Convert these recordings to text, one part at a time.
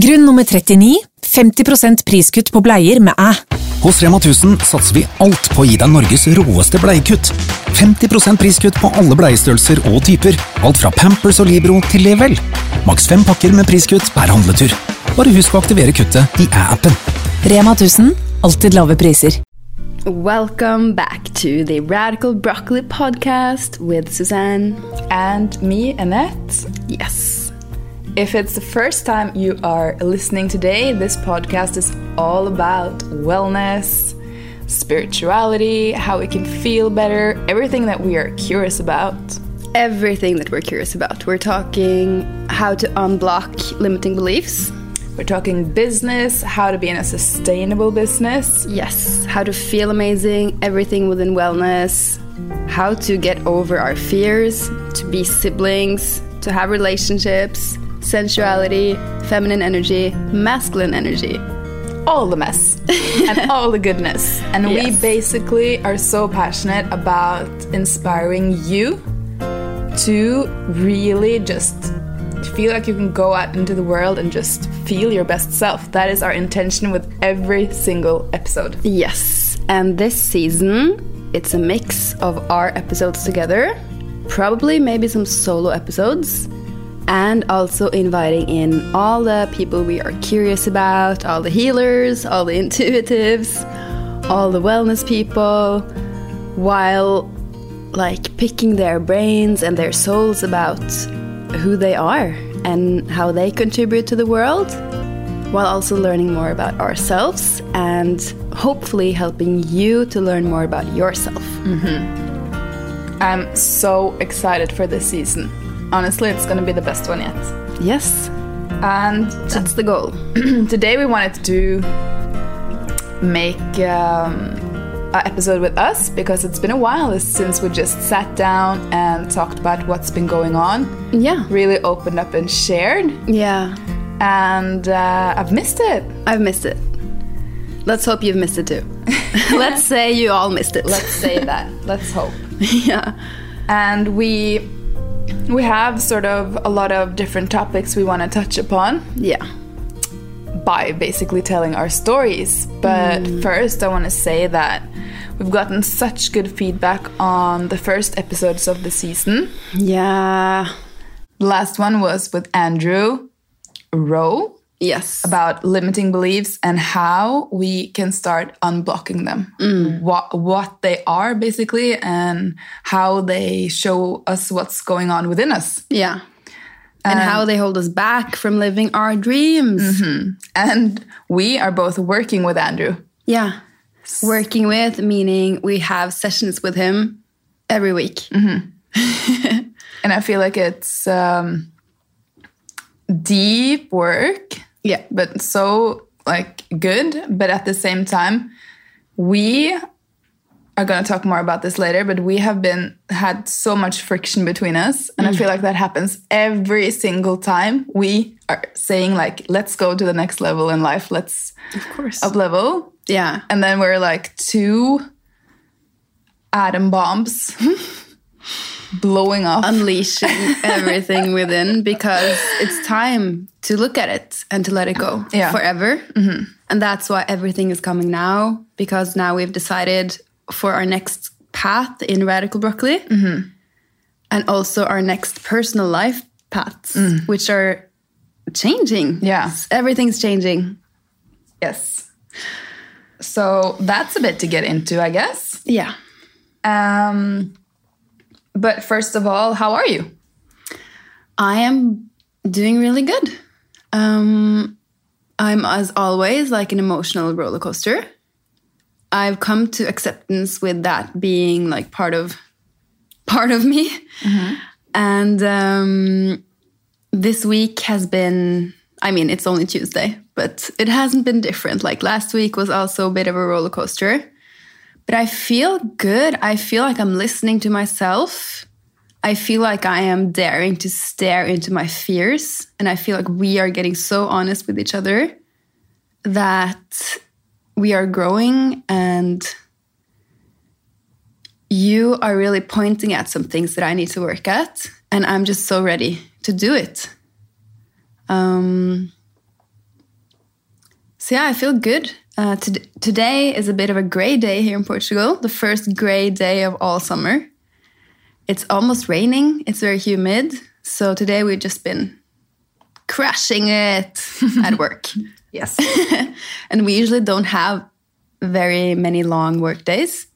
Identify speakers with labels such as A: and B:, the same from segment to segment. A: Grunn nummer 39 50 priskutt på bleier med æ.
B: Hos Rema 1000 satser vi alt på å gi deg Norges råeste bleiekutt. 50 priskutt på alle bleiestørrelser og typer. Alt fra Pampers og Libro til Level. Maks fem pakker med priskutt per handletur. Bare husk å aktivere kuttet i æ-appen.
A: Rema 1000 alltid lave priser.
C: Welcome back to the Radical Broccoli podcast with Suzanne.
D: And me, Annette.
C: Yes.
D: If it's the first time you are listening today, this podcast is all about wellness, spirituality, how we can feel better, everything that we are curious about.
C: Everything that we're curious about. We're talking how to unblock limiting beliefs.
D: We're talking business, how to be in a sustainable business,
C: Yes. How to feel amazing, everything within wellness. How to get over our fears, to be siblings, to have relationships, sensuality, feminine energy, masculine energy.
D: all the mess and all the goodness. And
C: Yes.
D: we basically are so passionate about inspiring you to really just feel like you can go out into the world and just feel your best self. That is our intention with every single episode.
C: Yes, and this season it's a mix of our episodes together, probably maybe some solo episodes, and also inviting in all the people we are curious about, all the healers, all the intuitives, all the wellness people, while like picking their brains and their souls about who they are and how they contribute to the world while also learning more about ourselves and hopefully helping you to learn more about yourself.
D: I'm so excited for this season. Honestly, it's gonna be the best one yet.
C: Yes,
D: And to
C: that's the goal.
D: today we wanted to make um, an episode with us because it's been a while since we just sat down and talked about what's been going on
C: Yeah.
D: really opened up and shared
C: Yeah.
D: and uh, i've missed it
C: I've missed it. Let's hope you've missed it too. Let's say you all missed it.
D: let's say that let's hope
C: yeah.
D: and we we have sort of a lot of different topics we want to touch upon
C: Yeah.
D: by basically telling our stories. But first, I want to say that we've gotten such good feedback on the first episodes of the season.
C: Yeah.
D: The last one was with Andrew Rowe
C: Yes.
D: about limiting beliefs and how we can start unblocking them. What what they are basically and how they show us what's going on within us.
C: Yeah. And how they hold us back from living our dreams.
D: And we are both working with Andrew.
C: Yeah. Working with, meaning we have sessions with him every week.
D: and I feel like it's um, deep work,
C: Yeah.
D: but so like good. But at the same time, we are going to talk more about this later. But we have been had so much friction between us, and I
C: Mm.
D: feel like that happens every single time we are saying like, "Let's go to the next level in life. Let's
C: Of course.
D: up level."
C: Yeah.
D: And then we're like two atom bombs blowing up.
C: unleashing everything within because it's time to look at it and to let it go
D: Yeah. Mm-hmm.
C: forever. And that's why everything is coming now because now we've decided for our next path in Radical Broccoli
D: Mm-hmm.
C: and also our next personal life paths, which are changing.
D: Mm. Yeah.
C: S- Everything's changing.
D: Yes. So that's a bit to get into, I guess.
C: Yeah.
D: Um, but first of all, how are you?
C: I am doing really good. Um, I'm, as always, like an emotional roller coaster. I've come to acceptance with that being like part of part of me, and um, this week has been. I mean, it's only Tuesday, but it hasn't been different. Like last week was also a bit of a roller coaster, but I feel good. I feel like I'm listening to myself. I feel like I am daring to stare into my fears. And I feel like we are getting so honest with each other that we are growing and you are really pointing at some things that I need to work at. And I'm just so ready to do it. Um, So yeah, I feel good. Uh, to- today is a bit of a gray day here in Portugal, the first gray day of all summer. It's almost raining, it's very humid. So today we've just been crashing it at work.
D: Yes.
C: And we usually don't have very many long work days.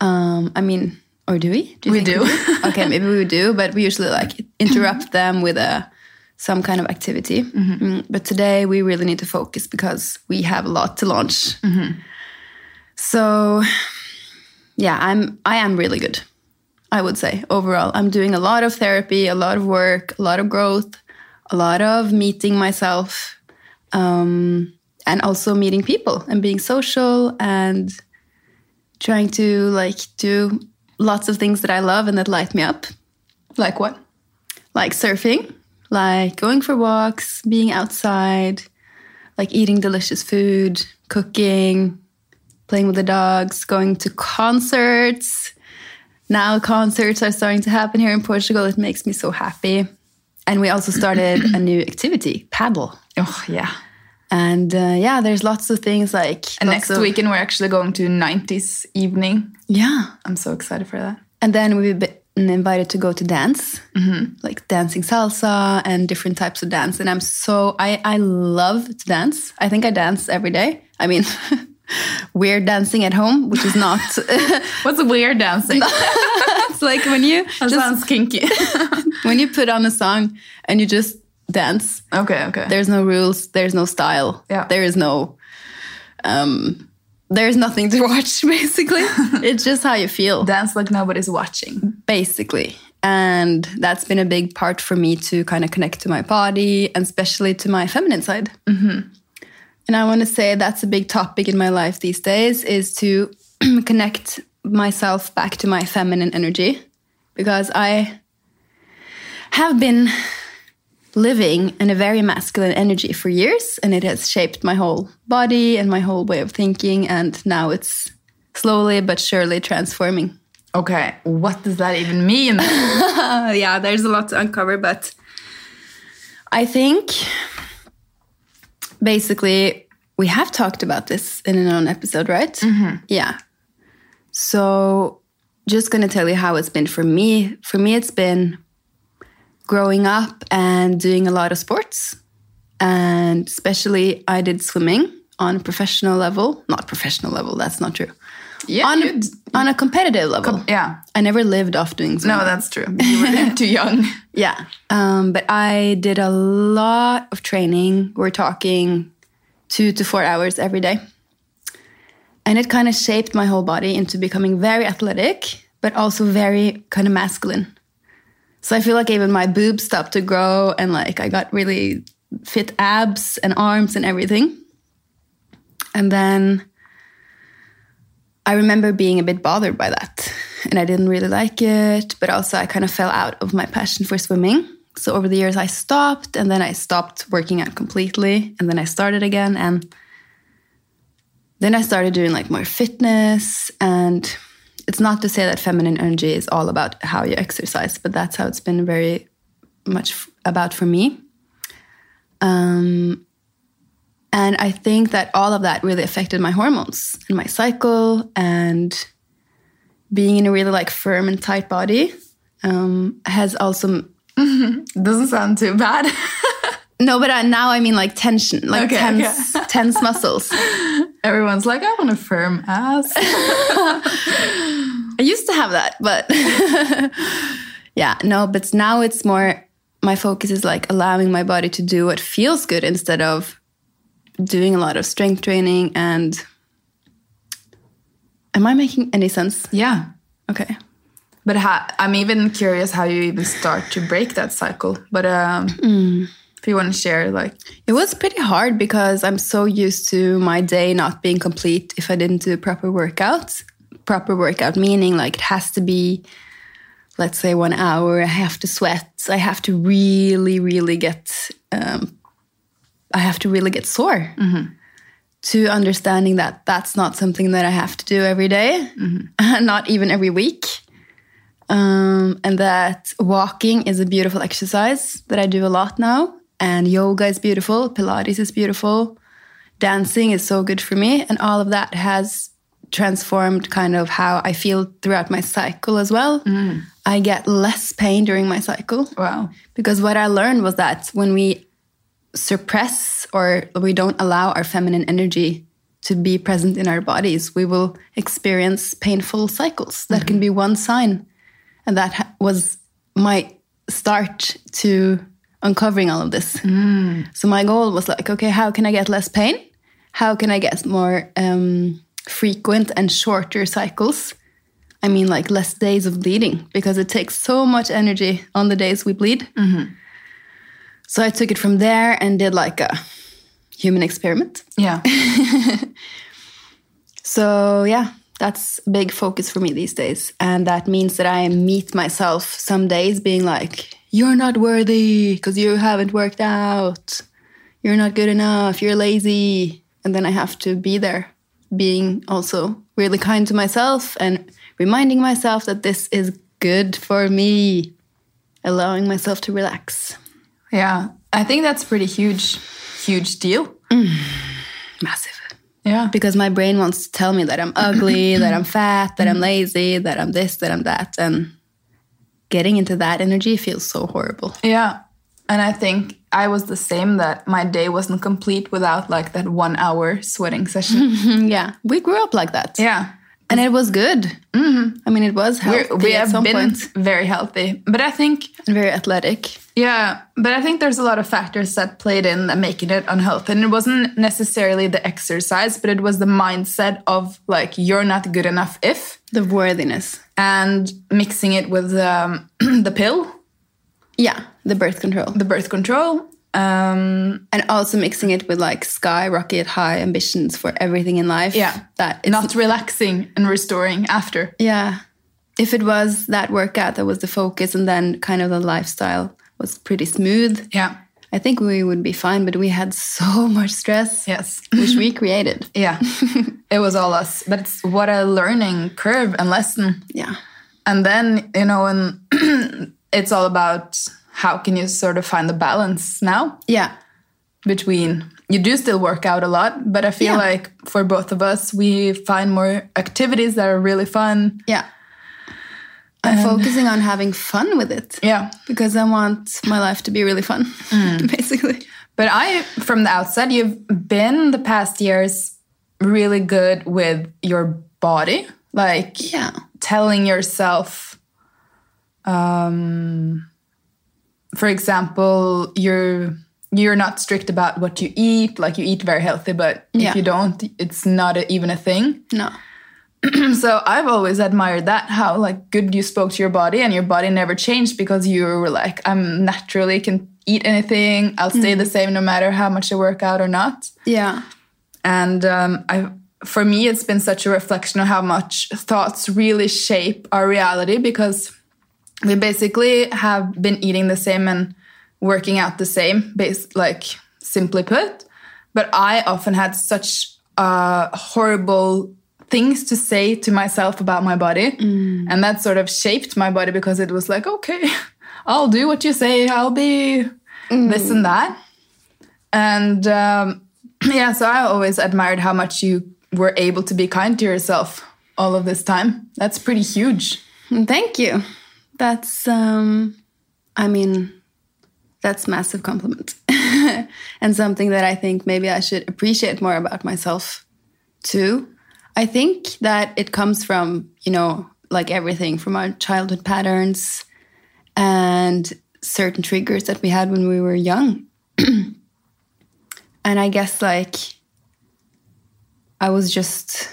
C: Um, I mean, or do we? Do you
D: We
C: think
D: do. Mm-hmm.
C: okay, maybe we do, but we usually like interrupt them with a some kind of activity. Mm, But today we really need to focus because we have a lot to launch.
D: Mm-hmm.
C: So, yeah, I'm I am really good. I would say overall, I'm doing a lot of therapy, a lot of work, a lot of growth, a lot of meeting myself, um, and also meeting people and being social and trying to like do lots of things that I love and that light me up,
D: like what?
C: like surfing, like going for walks, being outside, like eating delicious food, cooking, playing with the dogs, going to concerts. Now concerts are starting to happen here in Portugal. It makes me so happy. And we also started a new activity, paddle.
D: Oh, yeah.
C: And uh, yeah, there's lots of things like
D: And
C: lots
D: next
C: of-
D: weekend, we're actually going to 90s evening.
C: Yeah,
D: I'm so excited for that.
C: And then we've been invited to go to dance,
D: Mm-hmm.
C: like dancing salsa and different types of dance. And I'm so, I, I love to dance. I think I dance every day. I mean, we're dancing at home, which is not,
D: What's weird dancing?
C: it's like when you
D: That
C: just,
D: sounds kinky.
C: when you put on a song and you just dance,
D: okay, okay.
C: there's no rules, there's no style,
D: Yeah.
C: there is no, um, there's nothing to watch basically. it's just how you feel.
D: Dance like nobody's watching.
C: basically. And that's been a big part for me to kind of connect to my body and especially to my feminine side. And I want to say that's a big topic in my life these days is to connect myself back to my feminine energy because I have been living in a very masculine energy for years and it has shaped my whole body and my whole way of thinking. And now it's slowly but surely transforming.
D: Okay, what does that even mean?
C: yeah, there's a lot to uncover, but I think basically we have talked about this in an own episode, right?
D: Mm-hmm.
C: Yeah. So just gonna tell you how it's been for me. For me, it's been growing up and doing a lot of sports. And especially I did swimming on a professional level. Not professional level, that's not true.
D: yeah,
C: on, a,
D: you-
C: on a competitive level.
D: yeah.
C: I never lived off doing swimming.
D: No, that's true. You were too young.
C: Yeah. Um, but I did a lot of training. We're talking two to four hours every day. And it kind of shaped my whole body into becoming very athletic, but also very kind of masculine. So I feel like even my boobs stopped to grow and like I got really fit abs and arms and everything. And then I remember being a bit bothered by that. And I didn't really like it, but also I kind of fell out of my passion for swimming. So over the years, I stopped and then I stopped working out completely. And then I started again. And then I started doing like more fitness. And it's not to say that feminine energy is all about how you exercise, but that's how it's been very much f- about for me. And I think that all of that really affected my hormones and my cycle and being in a really like firm and tight body um, has also
D: Doesn't sound too bad.
C: no, but I, now I mean like tension, like
D: Okay,
C: tense, tense muscles.
D: Everyone's like, I want a firm ass.
C: I used to have that, but yeah, no, but now it's more my focus is like allowing my body to do what feels good instead of doing a lot of strength training and. Am I making any sense?
D: yeah.
C: Okay.
D: But ha- I'm even curious how you even start to break that cycle. But um, if you want to share, like,
C: It was pretty hard because I'm so used to my day not being complete if I didn't do proper workouts. Proper workout meaning like it has to be, let's say, one hour. I have to sweat. I have to really, really get. Um, I have to really get sore. To understanding that that's not something that I have to do every day, not even every week. Um, and that walking is a beautiful exercise that I do a lot now. And yoga is beautiful, Pilates is beautiful. dancing is so good for me. And all of that has transformed kind of how I feel throughout my cycle as well. I get less pain during my cycle.
D: Wow.
C: Because what I learned was that when we suppress or we don't allow our feminine energy to be present in our bodies, we will experience painful cycles. That can be one sign. And that ha- was my start to uncovering all of this. So my goal was like, okay, how can I get less pain? How can I get more um, frequent and shorter cycles? I mean, like less days of bleeding because it takes so much energy on the days we bleed. So I took it from there and did like a human experiment.
D: Yeah.
C: So yeah, that's a big focus for me these days. And that means that I meet myself some days being like, you're not worthy because you haven't worked out. You're not good enough. You're lazy. And then I have to be there, being also really kind to myself and reminding myself that this is good for me, allowing myself to relax.
D: Yeah. I think that's pretty huge, huge deal.
C: Massive.
D: Yeah.
C: because my brain wants to tell me that I'm ugly, that I'm fat, that I'm lazy, that I'm this, that I'm that. And getting into that energy feels so horrible.
D: Yeah. And I think I was the same that my day wasn't complete without like that one hour sweating session.
C: Mm, Yeah. We grew up like that. Mm-hmm.
D: yeah.
C: And it was good. I mean, it was
D: We're,
C: healthy
D: we
C: at
D: have
C: some
D: been
C: point.
D: very healthy. But I think,
C: And very athletic.
D: yeah, but I think there's a lot of factors that played in that making it unhealthy. And it wasn't necessarily the exercise, but it was the mindset of like, you're not good enough if,
C: The worthiness.
D: and mixing it with um, the pill,
C: Yeah. The birth control.
D: the birth control. Um,
C: And also mixing it with like skyrocket high ambitions for everything in life.
D: Yeah.
C: That it's
D: not relaxing and restoring after.
C: Yeah. If it was that workout that was the focus and then kind of the lifestyle was pretty smooth.
D: Yeah.
C: I think we would be fine, but we had so much stress,
D: Yes.
C: which we created.
D: Yeah, it was all us. But it's what a learning curve and lesson.
C: Yeah.
D: And then, you know, and it's all about how can you sort of find the balance now
C: Yeah.
D: between you do still work out a lot, but I feel
C: Yeah.
D: like for both of us, we find more activities that are really fun.
C: Yeah. I'm focusing on having fun with it
D: Yeah.
C: because I want my life to be really fun, Mm. basically.
D: But I, from the outset, you've been the past years really good with your body, like
C: Yeah.
D: telling yourself, um, for example, you're you're not strict about what you eat. Like you eat very healthy, but
C: Yeah.
D: if you don't, it's not a, even a thing.
C: No.
D: So I've always admired that how like good you spoke to your body, and your body never changed because you were like, I'm naturally can eat anything. I'll stay the same no matter how much I work out or not.
C: Yeah.
D: And um, I, for me, it's been such a reflection of how much thoughts really shape our reality because we basically have been eating the same and working out the same, bas like simply put. But I often had such uh, horrible things to say to myself about my body. And that sort of shaped my body because it was like, okay, I'll do what you say, I'll be this and that. And um, yeah, so I always admired how much you were able to be kind to yourself all of this time. That's pretty huge.
C: And Thank you. That's, um, I mean, that's massive compliment and something that I think maybe I should appreciate more about myself too. I think that it comes from, you know, like everything from our childhood patterns and certain triggers that we had when we were young. and I guess like I was just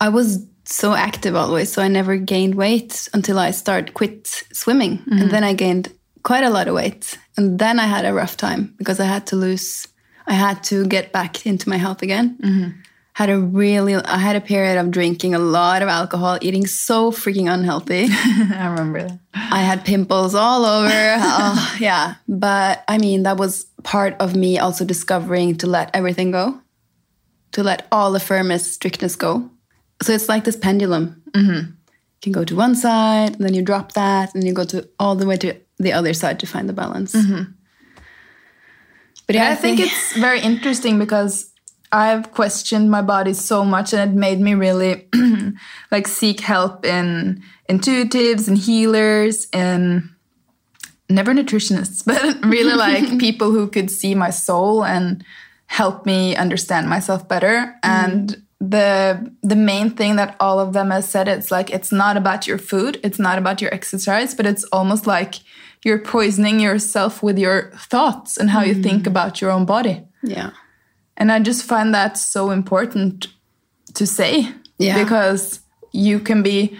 C: I was so active always, so I never gained weight until I started quit swimming, and then I gained quite a lot of weight, and then I had a rough time because I had to lose, I had to get back into my health again. Had a really, I had a period of drinking a lot of alcohol, eating so freaking unhealthy.
D: I remember that.
C: I had pimples all over. oh, yeah. But I mean, that was part of me also discovering to let everything go, to let all the firmness, strictness go. So it's like this pendulum. Mm-hmm. You can go to one side, and then you drop that, and you go to all the way to the other side to find the balance. But
D: I think it's very interesting because I've questioned my body so much and it made me really like seek help in intuitives and healers and never nutritionists, but really like people who could see my soul and help me understand myself better. And the the main thing that all of them has said it's like it's not about your food, it's not about your exercise, but it's almost like you're poisoning yourself with your thoughts and how you think about your own body.
C: yeah.
D: And I just find that so important to say
C: Yeah.
D: because you can be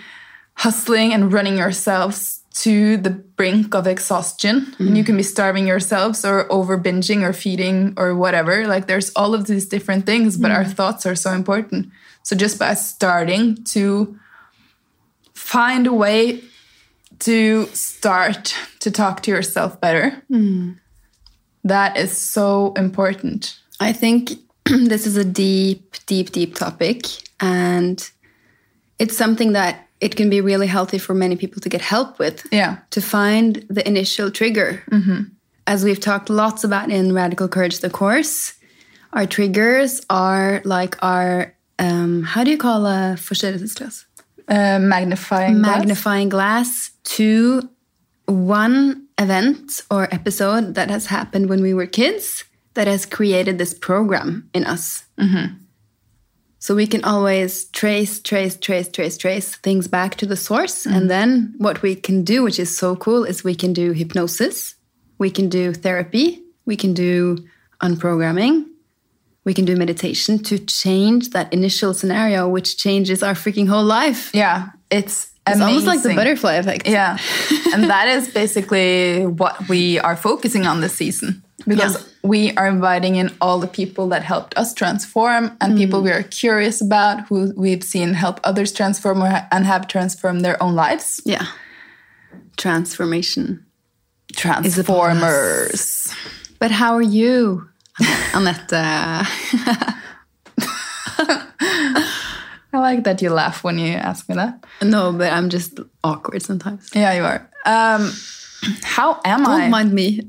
D: hustling and running yourselves to the brink of exhaustion and you can be starving yourselves or over binging or feeding or whatever like there's all of these different things but our thoughts are so important so just by starting to find a way to start to talk to yourself better that is so important
C: I think this is a deep, deep, deep topic. And it's something that it can be really healthy for many people to get help with.
D: yeah
C: To find the initial trigger. As we've talked lots about in Radical Courage, the course, our triggers are like our, um, how do you call a forstørrelsesglass?
D: uh, magnifying glass.
C: magnifying glass to one event or episode that has happened when we were kids that has created this program in us. So we can always trace, trace, trace, trace, trace things back to the source. And then what we can do, which is so cool, is we can do hypnosis, we can do therapy, we can do unprogramming. We can do meditation to change that initial scenario, which changes our freaking whole life.
D: yeah it's
C: It's almost like the
D: amazing.
C: butterfly effect.
D: yeah and that is basically what we are focusing on this season because we are inviting in all the people that helped us transform and people we are curious about who we've seen help others transform or ha- and have transformed their own lives
C: Yeah. Transformation.
D: transformers
C: But how are you, Annette?
D: i like that you laugh when you ask me that
C: no, but I'm just awkward sometimes.
D: yeah you are um how am i
C: Don't mind me.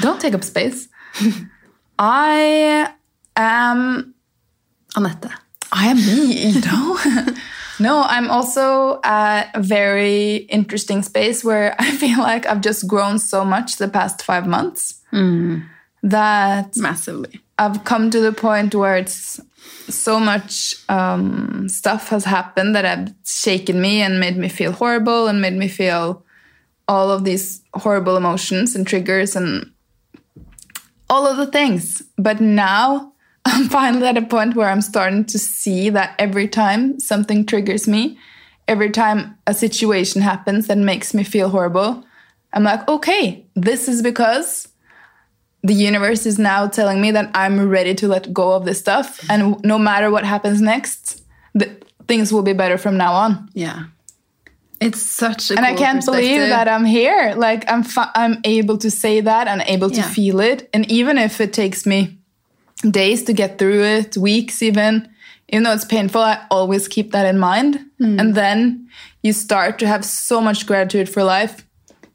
D: don't take up space i am
C: Annette.
D: I am me, you know? no, I'm also at a very interesting space where I feel like I've just grown so much the past five months that
C: Massively.
D: I've come to the point where it's so much um, stuff has happened that have shaken me and made me feel horrible and made me feel all of these horrible emotions and triggers and all of the things. But now I'm finally at a point where I'm starting to see that every time something triggers me, every time a situation happens that makes me feel horrible, I'm like, okay, this is because the universe is now telling me that I'm ready to let go of this stuff. And no matter what happens next, the, things will be better from now on.
C: Yeah. It's such a
D: And I can't believe that
C: uh,
D: I'm here. Like I'm, fi- I'm able to say that and able to
C: Yeah.
D: feel it. And even if it takes me days to get through it, weeks even, even though it's painful, I always keep that in mind. And then you start to have so much gratitude for life.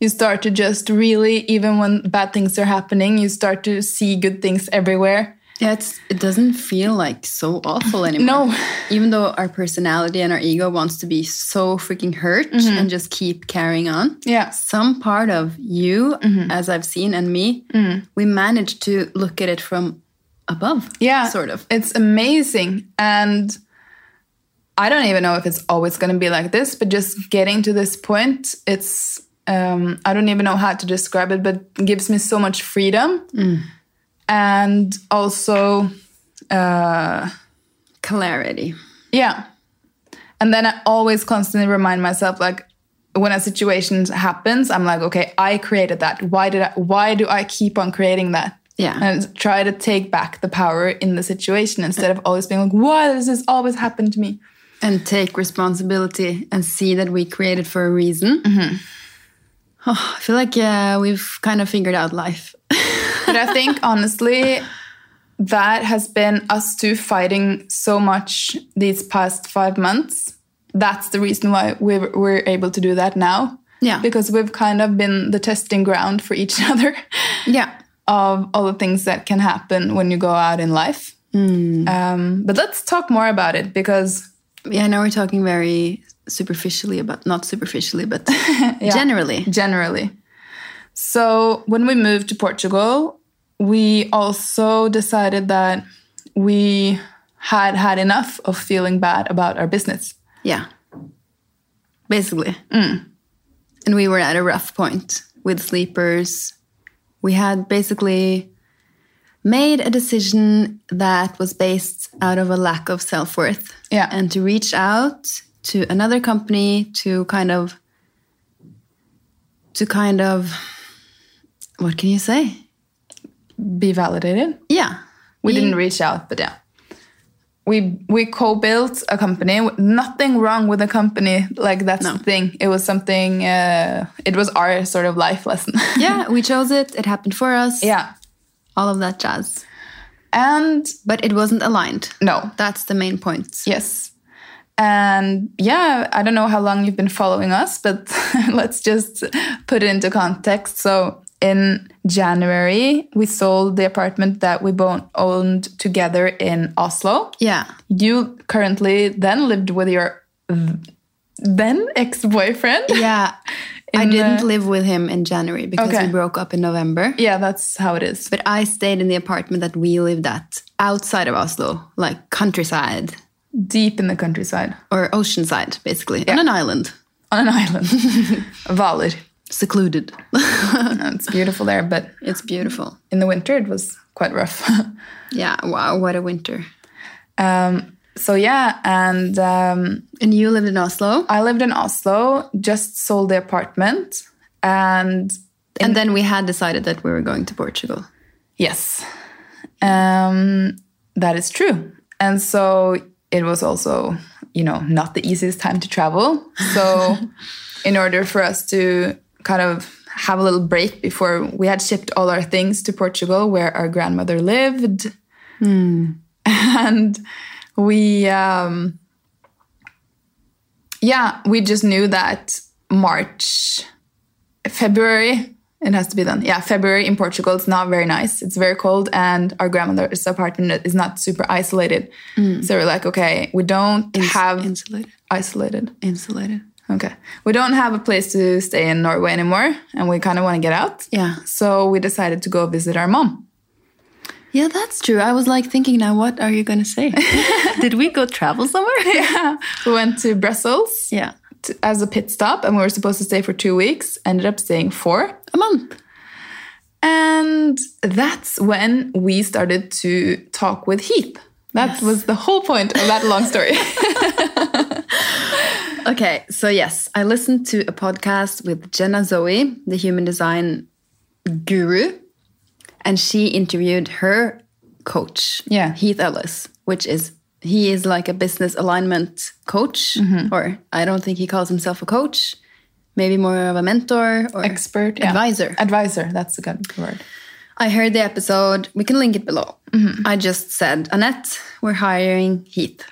D: You start to just really, even when bad things are happening, you start to see good things everywhere.
C: Yeah, it's, it doesn't feel like so awful anymore.
D: No.
C: Even though our personality and our ego wants to be so freaking hurt and just keep carrying on.
D: Yeah.
C: some part of you, as I've seen, and me, we managed to look at it from above.
D: Yeah.
C: Sort of.
D: It's amazing. And I don't even know if it's always going to be like this, but just getting to this point, it's, um, I don't even know how to describe it, but it gives me so much freedom.
C: Mm.
D: And also,
C: Clarity.
D: yeah. And then I always constantly remind myself, like, when a situation happens, I'm like, okay, I created that. Why did I? Why do I keep on creating that?
C: Yeah.
D: and try to take back the power in the situation instead of always being like, why does this always happen to me?
C: And take responsibility and see that we created for a reason. Oh, I feel like yeah, we've kind of figured out life.
D: But I think honestly, that has been us two fighting so much these past five months. That's the reason why we're, we're able to do that now.
C: Yeah.
D: Because we've kind of been the testing ground for each other.
C: Yeah.
D: of all the things that can happen when you go out in life. Um, but let's talk more about it because
C: Yeah, I know we're talking very superficially about not superficially, but generally.
D: generally. So when we moved to Portugal, we also decided that we had had enough of feeling bad about our business.
C: Yeah. Basically. Mm. And we were at a rough point with sleepers. We had basically made a decision that was based out of a lack of self worth.
D: Yeah.
C: And to reach out to another company to kind of, to kind of, what can you say?
D: Be validated.
C: Yeah.
D: We didn't reach out, but yeah. We we co-built a company. Nothing wrong with a company. Like that's the thing. It was something. Uh, it was our sort of life lesson.
C: yeah, we chose it. It happened for us.
D: yeah.
C: All of that jazz.
D: And
C: But it wasn't aligned.
D: no.
C: That's the main point.
D: Yes. And yeah, I don't know how long you've been following us, but let's just put it into context. So in January, we sold the apartment that we both owned together in Oslo.
C: Yeah.
D: You currently then lived with your then ex-boyfriend.
C: Yeah. I
D: In,
C: didn't
D: uh,
C: live with him in January because
D: Okay.
C: we broke up in November.
D: Yeah, that's how it is.
C: But I stayed in the apartment that we lived at outside of Oslo, like countryside
D: Deep in the countryside
C: or oceanside, basically, on an island,
D: on an island. Valer.
C: secluded.
D: Oh, It's beautiful there, but
C: it's beautiful.
D: in the winter it was quite rough.
C: Yeah. Wow. What a winter.
D: Um, so yeah, and um,
C: And you lived in Oslo.
D: I lived in Oslo, just sold the apartment, and
C: And then we had decided that we were going to Portugal.
D: yes, um, that is true. And so it was also, you know, not the easiest time to travel. So in order for us to kind of have a little break before we had shipped all our things to Portugal, where our grandmother lived, and we. Um, yeah, we just knew that March, February, it has to be done. Yeah, February in Portugal, it's not very nice. It's very cold, and our grandmother's apartment is not super isolated. So we're like, okay, we don't have
C: insulated.
D: isolated.
C: Insulated.
D: Okay. We don't have a place to stay in Norway anymore, and we kind of want to get out.
C: Yeah.
D: So we decided to go visit our mom.
C: Yeah, that's true. I was like thinking now, what are you going to say? Did we go travel somewhere?
D: We went to Brussels
C: yeah.
D: to- as a pit stop, and we were supposed to stay for two weeks, ended up staying four.
C: A month.
D: And that's when we started to talk with Heath. That was the whole point of that long story.
C: Okay, so yes, I listened to a podcast with Jenna Zoe, the human design guru, and she interviewed her coach,
D: Yeah.
C: Heath Ellis, which is he is like a business alignment coach,
D: Mm-hmm.
C: or I don't think he calls himself a coach, maybe more of a mentor or
D: Expert yeah.
C: advisor.
D: Advisor, that's a good word.
C: I heard the episode. We can link it below. I just said, Annette, we're hiring Heath.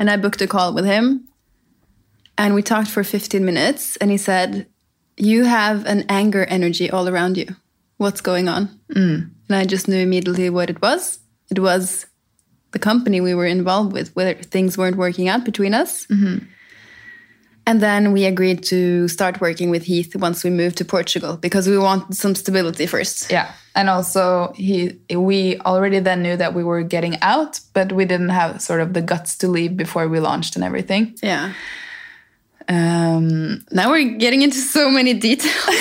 C: and I booked a call with him. And we talked for 15 minutes. And he said, You have an anger energy all around you. What's going on? And I just knew immediately what it was. It was the company we were involved with, where things weren't working out between us. And then we agreed to start working with Heath once we moved to Portugal because we wanted some stability first.
D: Yeah. And also he we already then knew that we were getting out, but we didn't have sort of the guts to leave before we launched and everything.
C: Yeah.
D: Um
C: Now we're getting into so many details.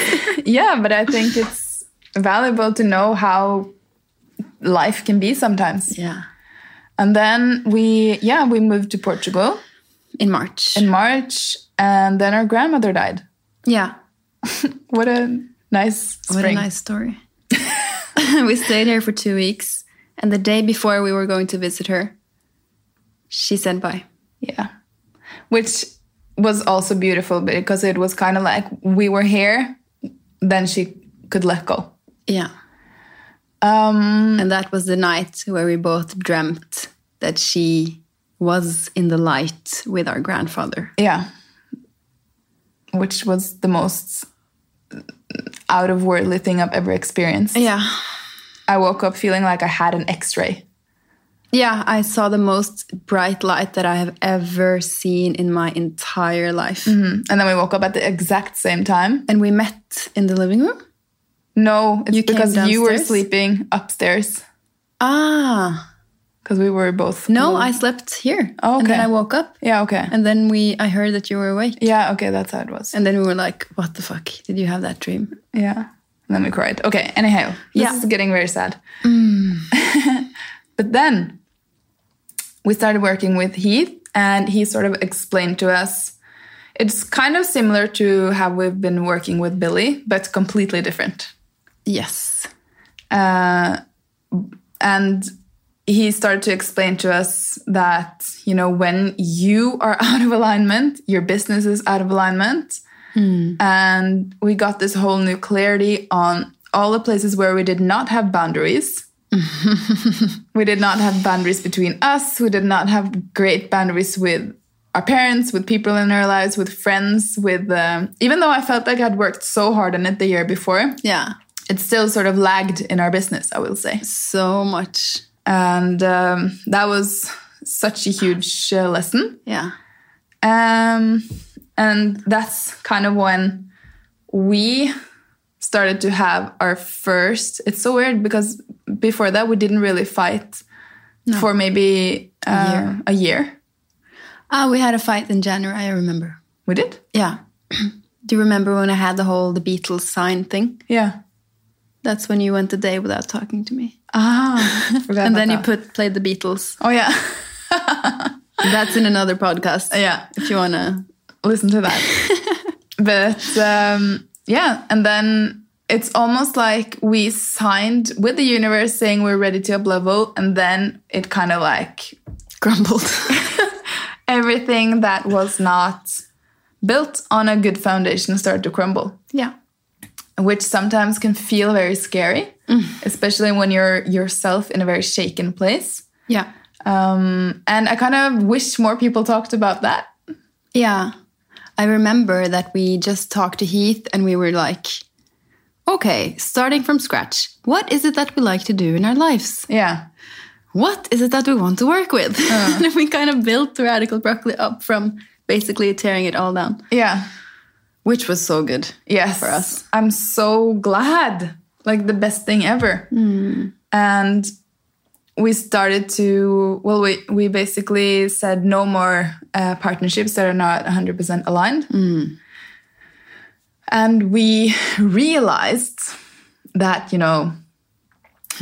D: yeah, but I think it's valuable to know how life can be sometimes.
C: yeah.
D: And then we yeah, we moved to Portugal
C: In March.
D: in March and then our grandmother died.
C: yeah.
D: What a nice
C: What a
D: spring.
C: nice story. we stayed here for two weeks. And the day before we were going to visit her, she said bye.
D: Yeah. Which was also beautiful because it was kind of like we were here, then she could let go.
C: Yeah.
D: Um,
C: And that was the night where we both dreamt that she was in the light with our grandfather.
D: yeah. Which was the most out of worldly thing I've ever experienced.
C: Yeah.
D: I woke up feeling like I had an x ray.
C: Yeah, I saw the most bright light that I have ever seen in my entire life.
D: And then we woke up at the exact same time.
C: And we met in the living room.
D: No, it's
C: You came
D: because you were
C: downstairs?
D: sleeping upstairs
C: Ah,
D: because we were both.
C: no, I slept here.
D: Oh,
C: And then
D: okay.
C: I woke up
D: Yeah, okay.
C: and then we I heard that you were awake.
D: yeah, okay, that's how it was.
C: And then we were like, what the fuck? Did you have that dream?
D: Yeah. And then we cried. Okay, anyhow, this
C: Yeah.
D: is getting very sad. but then we started working with Heath, and he sort of explained to us it's kind of similar to how we've been working with Billy, but completely different.
C: Yes.
D: And he started to explain to us that, you know, when you are out of alignment, your business is out of alignment. And we got this whole new clarity on all the places where we did not have boundaries. we did not have boundaries between us. We did not have great boundaries with our parents, with people in our lives, with friends, with, um, even though I felt like I'd worked so hard on it the year before,
C: Yeah.
D: it still sort of lagged in our business, I will say
C: So much.
D: and um, that was such a huge uh, lesson
C: Yeah.
D: um, and that's kind of when we started to have our first it's so weird because before that we didn't really fight for maybe uh,
C: year.
D: a year
C: Ah, we had a fight in January, I remember.
D: we did
C: Yeah. Do you remember when I had the whole the Beatles sign thing?
D: yeah
C: That's when you went a day without talking to me.
D: ah
C: and then you put played the Beatles.
D: oh yeah
C: That's in another podcast.
D: yeah
C: If you wanna
D: listen to that. but um, yeah, and then it's almost like we signed with the universe saying we're ready to up level, and then it kind of like
C: grumbled.
D: everything that was not built on a good foundation started to crumble,
C: yeah.
D: which sometimes can feel very scary, especially when you're yourself in a very shaken place.
C: Yeah.
D: Um, and I kind of wish more people talked about that.
C: Yeah. I remember that we just talked to Heath and we were like, okay, starting from scratch, what is it that we like to do in our lives?
D: Yeah.
C: What is it that we want to work with? and we kind of built Radical Broccoli up from basically tearing it all down,
D: Yeah.
C: which was so good.
D: yes
C: for us.
D: i'm so glad like the best thing ever
C: Hmm.
D: and we started to well we we basically said no more uh, partnerships that are not 100% aligned
C: Hmm.
D: and we realized that you know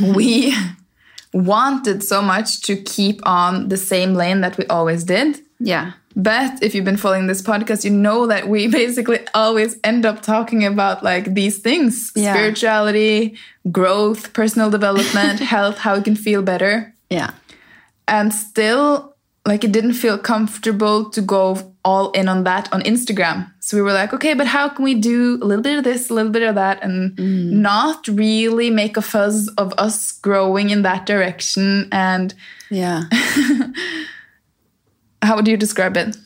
D: we wanted so much to keep on the same lane that we always did
C: Yeah.
D: but if you've been following this podcast, you know that we basically always end up talking about like these things
C: Yeah.
D: spirituality, growth, personal development, health, how you can feel better.
C: Yeah.
D: And still, like, it didn't feel comfortable to go all in on that on Instagram. So we were like, okay, but how can we do a little bit of this, a little bit of that, and not really make a fuzz of us growing in that direction? And
C: Yeah.
D: how would you describe it?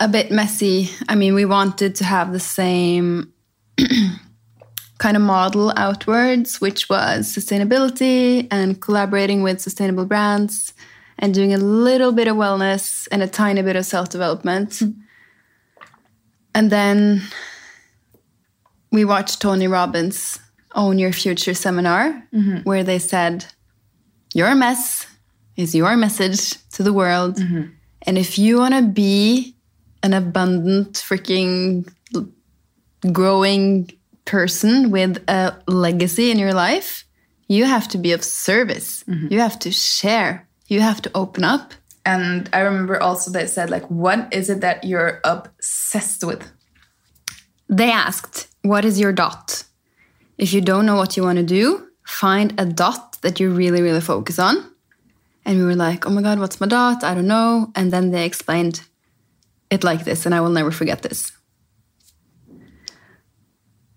C: a bit messy. I mean, we wanted to have the same kind of model outwards, which was sustainability and collaborating with sustainable brands and doing a little bit of wellness and a tiny bit of self development. And then we watched Tony Robbins' Own Your Future seminar, where they said, Your mess is your message to the world. And if you want to be an abundant, freaking l- growing person with a legacy in your life, you have to be of service. You have to share. You have to open up.
D: And I remember also they said, like, what is it that you're obsessed with?
C: They asked, What is your dot? If you don't know what you want to do, find a dot that you really, really focus on. And we were like, Oh my God, what's my dot? I don't know. And then they explained it like this, and I will never forget this.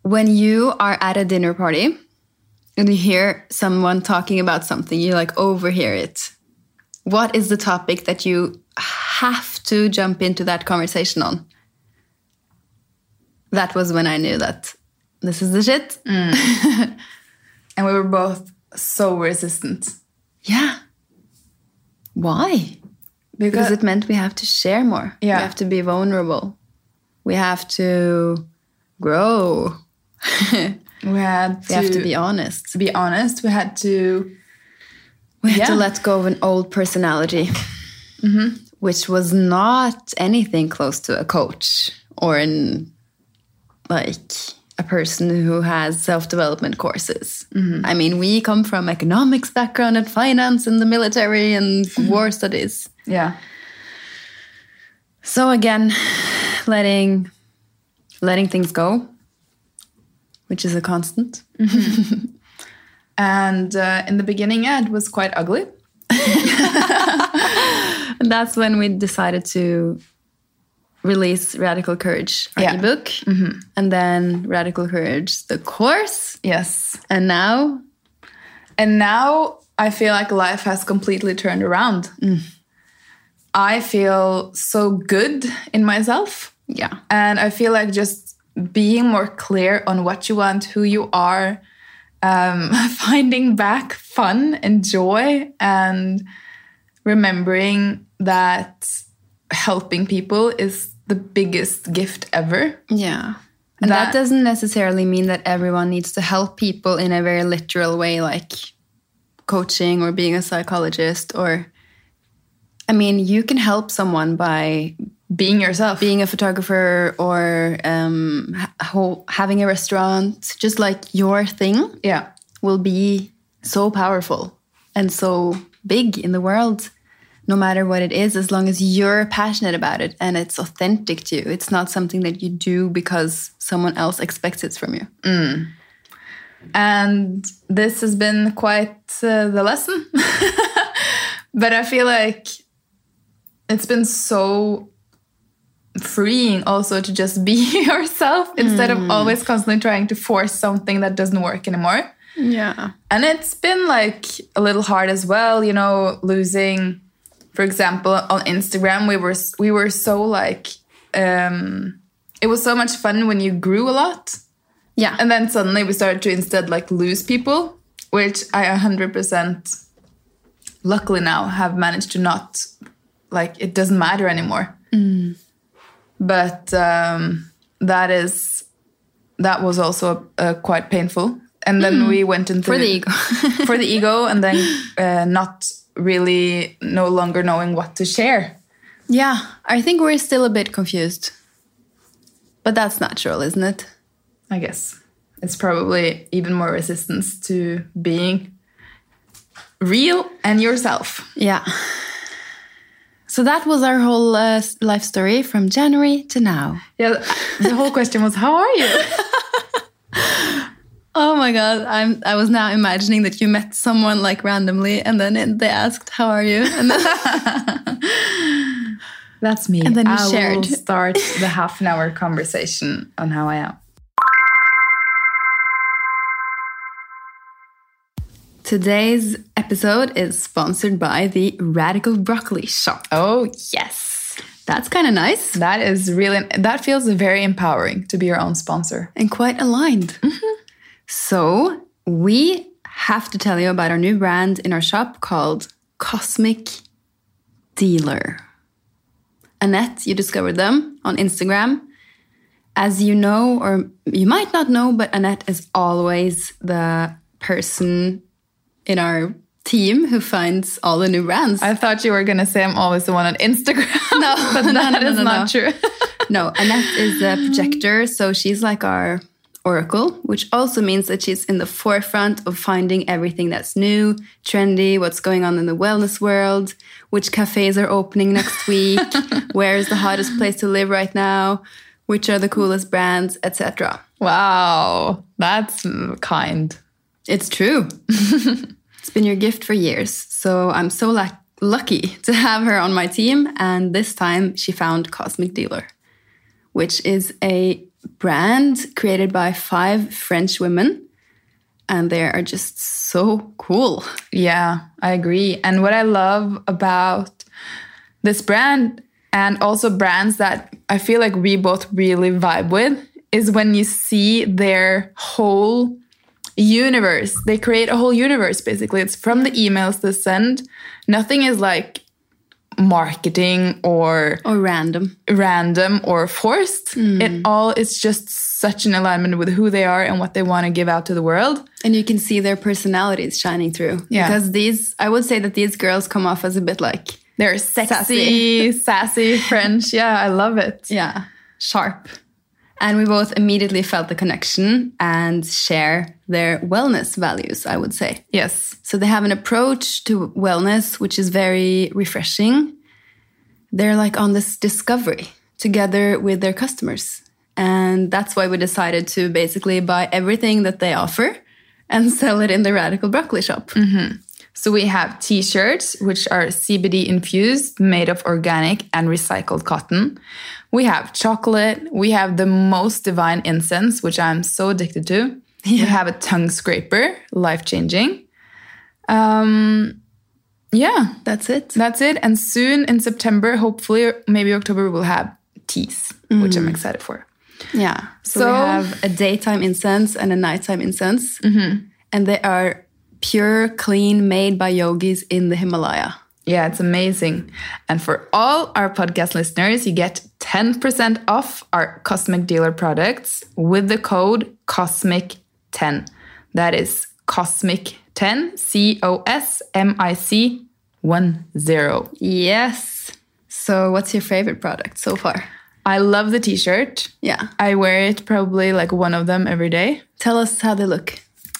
C: When you are at a dinner party and you hear someone talking about something, you like overhear it. What is the topic that you have to jump into that conversation on? that was when I knew that this is the shit.
D: And we were both so resistant.
C: Yeah. Why? Because it meant we have to share more.
D: Yeah.
C: We have to be vulnerable. We have to grow.
D: we had to,
C: We have to be honest.
D: to be honest. We had to
C: We had to
D: Yeah.
C: let go of an old personality, which was not anything close to a coach or an like a person who has self-development courses. I mean, we come from economics background and finance and the military and war studies.
D: yeah
C: So again, letting letting things go, which is a constant.
D: And uh, in the beginning, yeah, it was quite ugly.
C: And that's when we decided to release Radical Courage, our
D: Yeah. Mm-hmm.
C: ebook, and then Radical Courage, the course,
D: Yes.
C: and now
D: And now I feel like life has completely turned around. I feel so good in myself.
C: yeah,
D: And I feel like just being more clear on what you want, who you are, um, finding back fun and joy, and remembering that helping people is the biggest gift ever.
C: yeah. And that,
D: That-
C: doesn't necessarily mean that everyone needs to help people in a very literal way, like coaching or being a psychologist. Or, I mean, you can help someone by
D: Being yourself.
C: being a photographer or um, ha- ho- having a restaurant, just like your thing.
D: yeah.
C: will be so powerful and so big in the world, no matter what it is, as long as you're passionate about it and it's authentic to you. It's not something that you do because someone else expects it from you.
D: and this has been quite uh, the lesson but i feel like it's been so freeing also to just be yourself instead of always constantly trying to force something that doesn't work anymore
C: Yeah.
D: and it's been like a little hard as well you know losing for example on instagram we were we were so like um it was so much fun when you grew a lot
C: Yeah.
D: and then suddenly we started to instead like lose people, which I 100% luckily now have managed to not like it doesn't matter anymore.
C: Mm.
D: But um, that is that was also uh, quite painful. And then we went into
C: Mm. For the ego.
D: for the ego and then uh, not really no longer knowing what to share.
C: yeah. I think we're still a bit confused. But that's natural, isn't it?
D: I guess it's probably even more resistance to being real and yourself.
C: Yeah. So that was our whole uh, s- life story from January to now.
D: Yeah, the whole question was, how are you?
C: Oh my god, I'm I was now imagining that you met someone like randomly and then it, they asked how are you and then
D: That's me.
C: And then you
D: I will
C: shared.
D: start the half an hour conversation on how I am.
C: today's episode is sponsored by the Radical Broccoli Shop.
D: Oh yes,
C: That's kind of nice
D: that is really that feels very empowering to be your own sponsor.
C: and quite aligned. So, we have to tell you about our new brand in our shop called Cosmic Dealer. Annette, you discovered them on Instagram. As you know, or you might not know, but Annette is always the person in our team who finds all the new brands.
D: I thought you were gonna say I'm always the one on Instagram. No, but
C: no,
D: that is
C: no, no,
D: not
C: no.
D: true.
C: no, Annette is a projector, so she's like our oracle, which also means that she's in the forefront of finding everything that's new, trendy, what's going on in the wellness world, which cafes are opening next week, where is the hottest place to live right now, which are the coolest brands, etc.
D: Wow, that's mm, kind.
C: It's true. it's been your gift for years. So I'm so lac- lucky to have her on my team. And this time she found Cosmic Dealer, which is a brand created by five French women. And they are just so cool.
D: Yeah, I agree. And what I love about this brand and also brands that I feel like we both really vibe with is when you see their whole universe. They create a whole universe, basically. It's from the emails they send. Nothing is like marketing or
C: Or random.
D: random or forced. It all is just such an alignment with who they are and what they want to give out to the world.
C: And you can see their personalities shining through.
D: Yeah.
C: Because these, I would say that these girls come off as a bit like,
D: They're sexy, sassy, French. Yeah, I love it.
C: yeah, sharp. And we both immediately felt the connection and share their wellness values, I would say.
D: Yes.
C: So they have an approach to wellness which is very refreshing. They're like on this discovery together with their customers. And that's why we decided to basically buy everything that they offer and sell it in the Radical Broccoli shop.
D: So we have t-shirts which are CBD infused, made of organic and recycled cotton. We have chocolate, we have the most divine incense which I'm so addicted to. We have a tongue scraper, life-changing. Um yeah,
C: That's it.
D: that's it and soon in September, hopefully or maybe October we'll have teas, which
C: Mm.
D: I'm excited for.
C: Yeah. So,
D: So-
C: we have a daytime incense and a nighttime incense.
D: Mm-hmm.
C: And they are pure, clean, made by yogis in the Himalaya.
D: Yeah, it's amazing. And for all our podcast listeners, you get 10% off our Cosmic Dealer products with the code COSMIC10. That is COSMIC10, C O S M I C 1 0.
C: Yes. So what's your favorite product so far?
D: I love the t shirt.
C: Yeah.
D: I wear it probably like one of them every day.
C: Tell us how they look.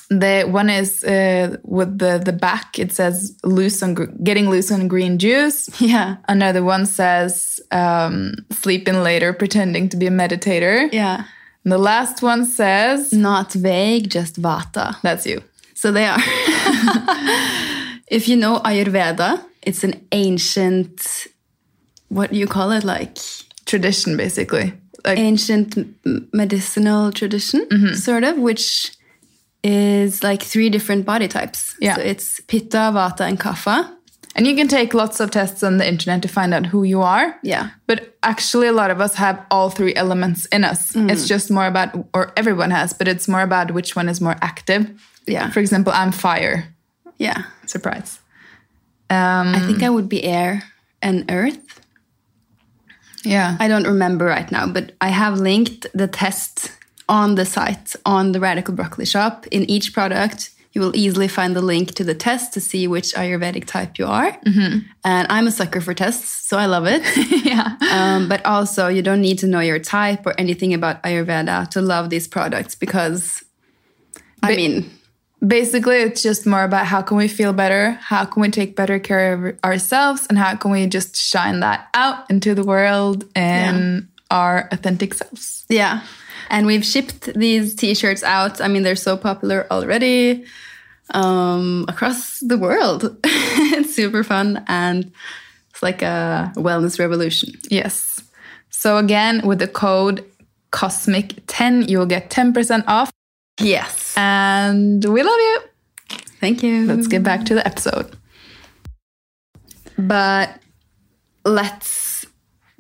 D: The one is uh, with the, the back, it says loose on gr- getting loose on green juice.
C: Yeah.
D: Another one says, um, sleep in later, pretending to be a meditator.
C: Yeah.
D: And the last one says,
C: Not vague, just vata.
D: that's you.
C: So they are. if you know Ayurveda, it's an ancient, what do you call it? Like
D: Tradition, basically. Like, Mm-hmm.
C: ancient m- medicinal tradition, sort of, which is like three different body types.
D: Yeah.
C: So it's Pitta, Vata, and Kapha.
D: and you can take lots of tests on the internet to find out who you are.
C: Yeah.
D: But actually, a lot of us have all three elements in us.
C: Mm.
D: It's just more about, or everyone has, but it's more about which one is more active.
C: Yeah.
D: For example, I'm fire.
C: Yeah.
D: Surprise. Um,
C: I think I would be air and earth.
D: yeah.
C: I don't remember right now, but I have linked the test on the site on the Radical Broccoli shop. In each product, you will easily find the link to the test to see which Ayurvedic type you are. And I'm a sucker for tests, so I love it.
D: Mm-hmm. yeah.
C: um, but also, you don't need to know your type or anything about Ayurveda to love these products because, I mean,
D: basically it's just more about how can we feel better how can we take better care of ourselves and how can we just shine that out into the world and our authentic selves
C: yeah. And we've shipped these t-shirts out. I mean, they're so popular already. um, across the world. it's super fun and it's like a wellness revolution.
D: yes so again with the code cosmic 10 you'll get 10% off
C: Yes.
D: and we love you
C: Thank you.
D: let's get back to the episode
C: But let's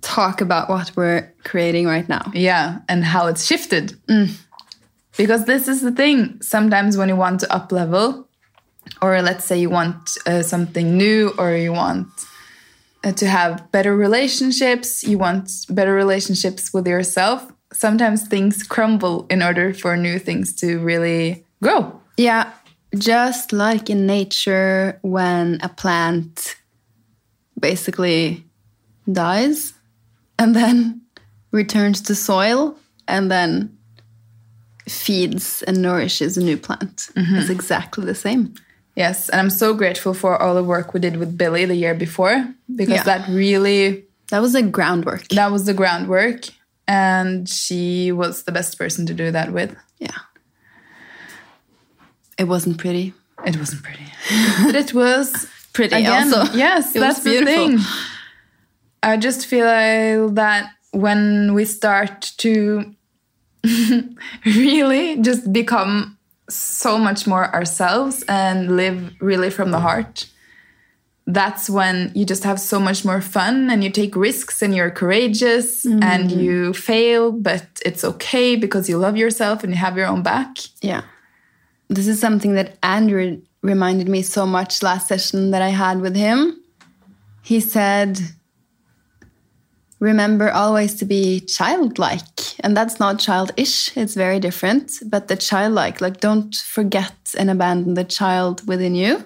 C: talk about what we're creating right now.
D: Yeah, and how it's shifted. Mm. Because this is the thing. Sometimes when you want to up level, or let's say you want uh, something new, or you want uh, to have better relationships, you want better relationships with yourself. Sometimes things crumble in order for new things to really grow.
C: Yeah. Just like in nature, when a plant basically dies and then returns to soil and then feeds and nourishes a new plant. It's exactly the same.
D: Yes, and I'm so grateful for all the work we did with Billy the year before because
C: Yeah.
D: that really
C: That was a groundwork.
D: that was the groundwork and she was the best person to do that with.
C: Yeah. It wasn't pretty.
D: It wasn't pretty, but it was
C: Pretty
D: again.
C: also.
D: Yes,
C: It was
D: that's the
C: beautiful.
D: thing. I just feel that when we start to really just become so much more ourselves and live really from the heart, that's when you just have so much more fun and you take risks and you're courageous and
C: Mm.
D: you fail, but it's okay because you love yourself and you have your own back.
C: Yeah. This is something that Andrew reminded me so much last session that I had with him. He said, Remember always to be childlike. And that's not childish, it's very different. But the childlike, like, don't forget and abandon the child within you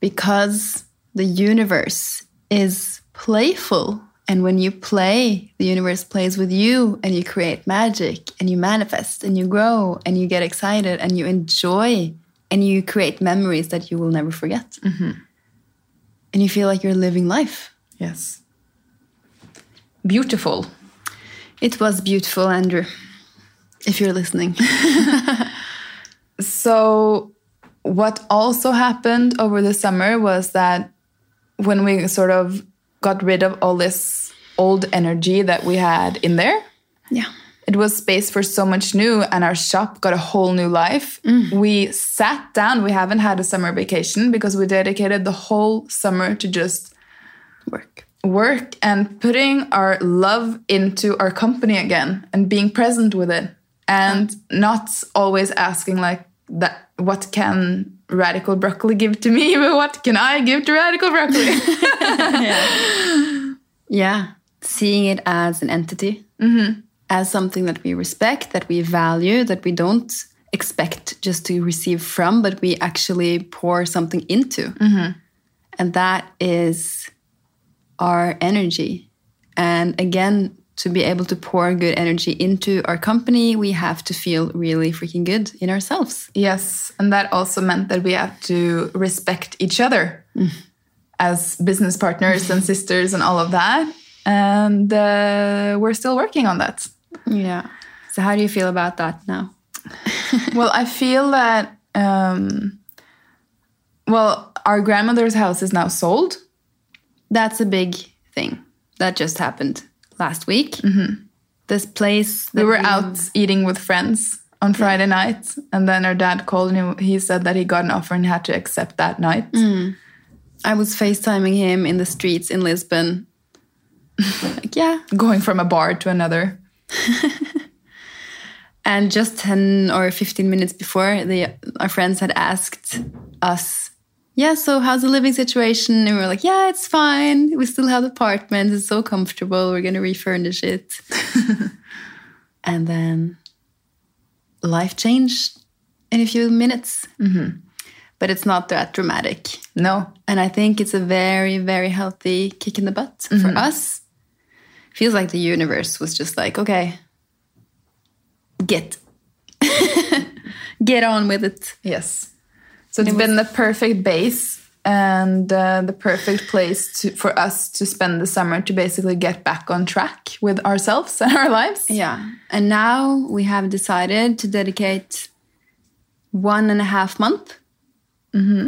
C: because the universe is playful. And when you play, the universe plays with you and you create magic and you manifest and you grow and you get excited and you enjoy and you create memories that you will never forget. And you feel like you're living life.
D: Yes. Beautiful.
C: It was beautiful, Andrew. If you're listening,
D: So, what also happened over the summer was that when we sort of got rid of all this old energy that we had in there,
C: yeah.
D: it was space for so much new, and our shop got a whole new life. We sat down, we haven't had a summer vacation because we dedicated the whole summer to just
C: Work.
D: work and putting our love into our company again and being present with it and not always asking like that what can radical broccoli give to me but what can i give to radical broccoli
C: Yeah. Seeing it as an entity,
D: Mm-hmm.
C: as something that we respect, that we value, that we don't expect just to receive from, but we actually pour something into.
D: Mm-hmm.
C: And that is our energy. And again, to be able to pour good energy into our company, we have to feel really freaking good in ourselves.
D: yes and that also meant that we have to respect each other as business partners and sisters and all of that and uh, we're still working on that
C: Yeah. So, how do you feel about that now?
D: well, I feel that um, well, our grandmother's house is now sold.
C: That's a big thing that just happened last week. This place that
D: Mm-hmm. We were out eating with friends on Friday night, and then our dad called and he, he said that he got an offer and had to accept that night.
C: I was FaceTiming him in the streets in Lisbon. like, yeah.
D: Going from a bar to another.
C: And just 10 or 15 minutes before, the, our friends had asked us, Yeah, so how's the living situation? And we were like, Yeah, it's fine. We still have apartments. It's so comfortable. We're going to refurnish it. and then life changed in a few minutes. But it's not that dramatic.
D: No,
C: And I think it's a very, very healthy kick in the butt for us. Feels like the universe was just like, okay, get. get on with it.
D: yes. So it's been the perfect base and uh, the perfect place to, for us to spend the summer to basically get back on track with ourselves and our lives.
C: Yeah. And now we have decided to dedicate one and a half month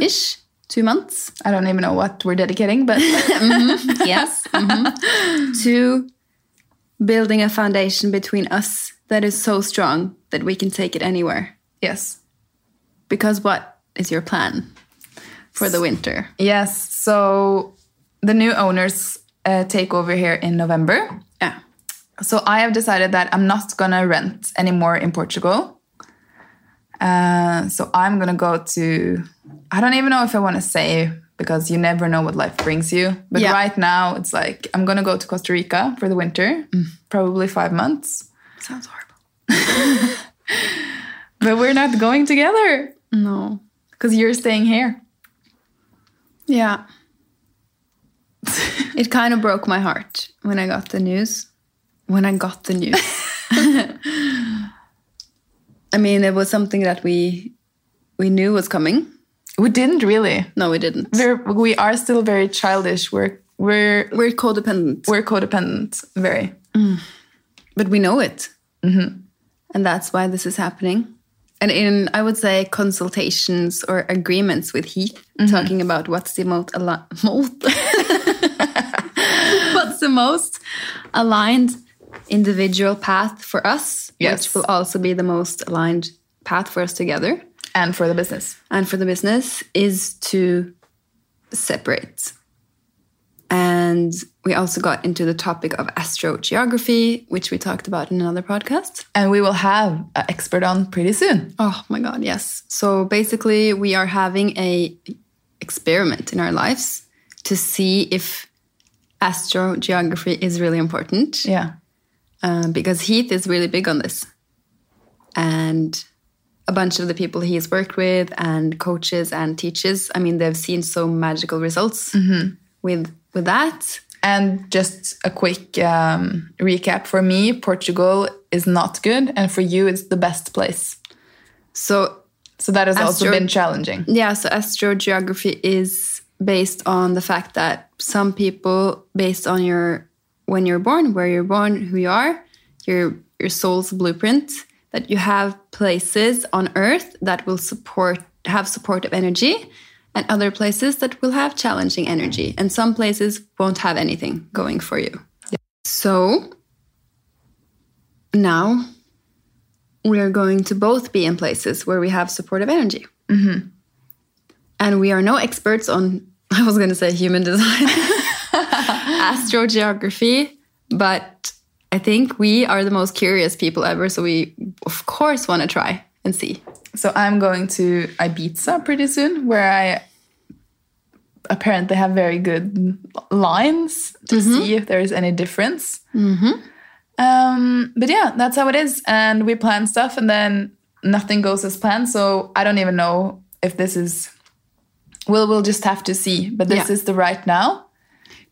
C: ish, two months.
D: I don't even know what we're dedicating, but
C: Yes. To building a foundation between us that is so strong that we can take it anywhere.
D: yes.
C: Because what is your plan for the winter?
D: Yes. So the new owners uh, take over here in November.
C: Yeah.
D: So I have decided that I'm not going to rent anymore in Portugal. Uh, so I'm going to go to, I don't even know if I want to say because you never know what life brings you. But
C: Yeah.
D: right now it's like I'm going to go to Costa Rica for the winter, Mm. probably five months.
C: Sounds horrible.
D: But we're not going together
C: No.
D: because you're staying here.
C: Yeah. it kind of broke my heart when I got the news. When I got the news. I mean, it was something that we we knew was coming.
D: We didn't really.
C: No, we didn't.
D: We're, we are still very childish. We're, we're
C: We're codependent,
D: we're codependent very
C: but we know it. And that's why this is happening. And in, I would say, consultations or agreements with Heath, talking about what's the most, ali- most what's the most aligned individual path for us,
D: Yes.
C: which will also be the most aligned path for us together
D: and for the business
C: and for the business, is to separate. And we also got into the topic of astrogeography, which we talked about in another podcast.
D: And we will have an expert on pretty soon.
C: Oh my god, yes. So basically we are having a experiment in our lives to see if astrogeography is really important
D: Yeah.
C: uh, because Heath is really big on this. And a bunch of the people he's worked with and coaches and teaches, I mean, they've seen so magical results with with that.
D: And just a quick um, recap for me, Portugal is not good, and for you, it's the best place.
C: So
D: So that has also
C: Astro-
D: been challenging.
C: Yeah, so astrogeography is based on the fact that some people, based on your when you're born, where you're born, who you are, your your soul's blueprint, that you have places on Earth that will support have supportive energy, and other places that will have challenging energy, and some places won't have anything going for you. So now we are going to both be in places where we have supportive energy and we are no experts on i was going to say human design astrogeography but i think we are the most curious people ever so we of course want to try and see
D: So I'm going to Ibiza pretty soon, where I apparently have very good lines to see if there is any difference. Um, but yeah, that's how it is. And we plan stuff, and then nothing goes as planned. So I don't even know if this is. We'll we'll just have to see. But this
C: Yeah.
D: is the right now.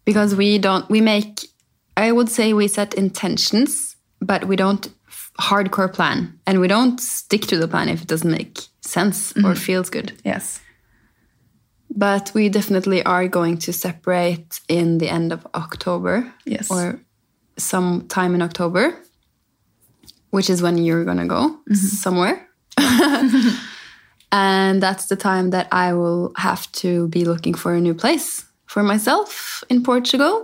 C: because we don't we make i would say we set intentions but we don't f- hardcore plan and we don't stick to the plan if it doesn't make sense or feels good
D: Yes.
C: but we definitely are going to separate in the end of October.
D: Yes.
C: Or sometime in October, which is when you're going to go somewhere. and that's the time that I will have to be looking for a new place for myself in Portugal,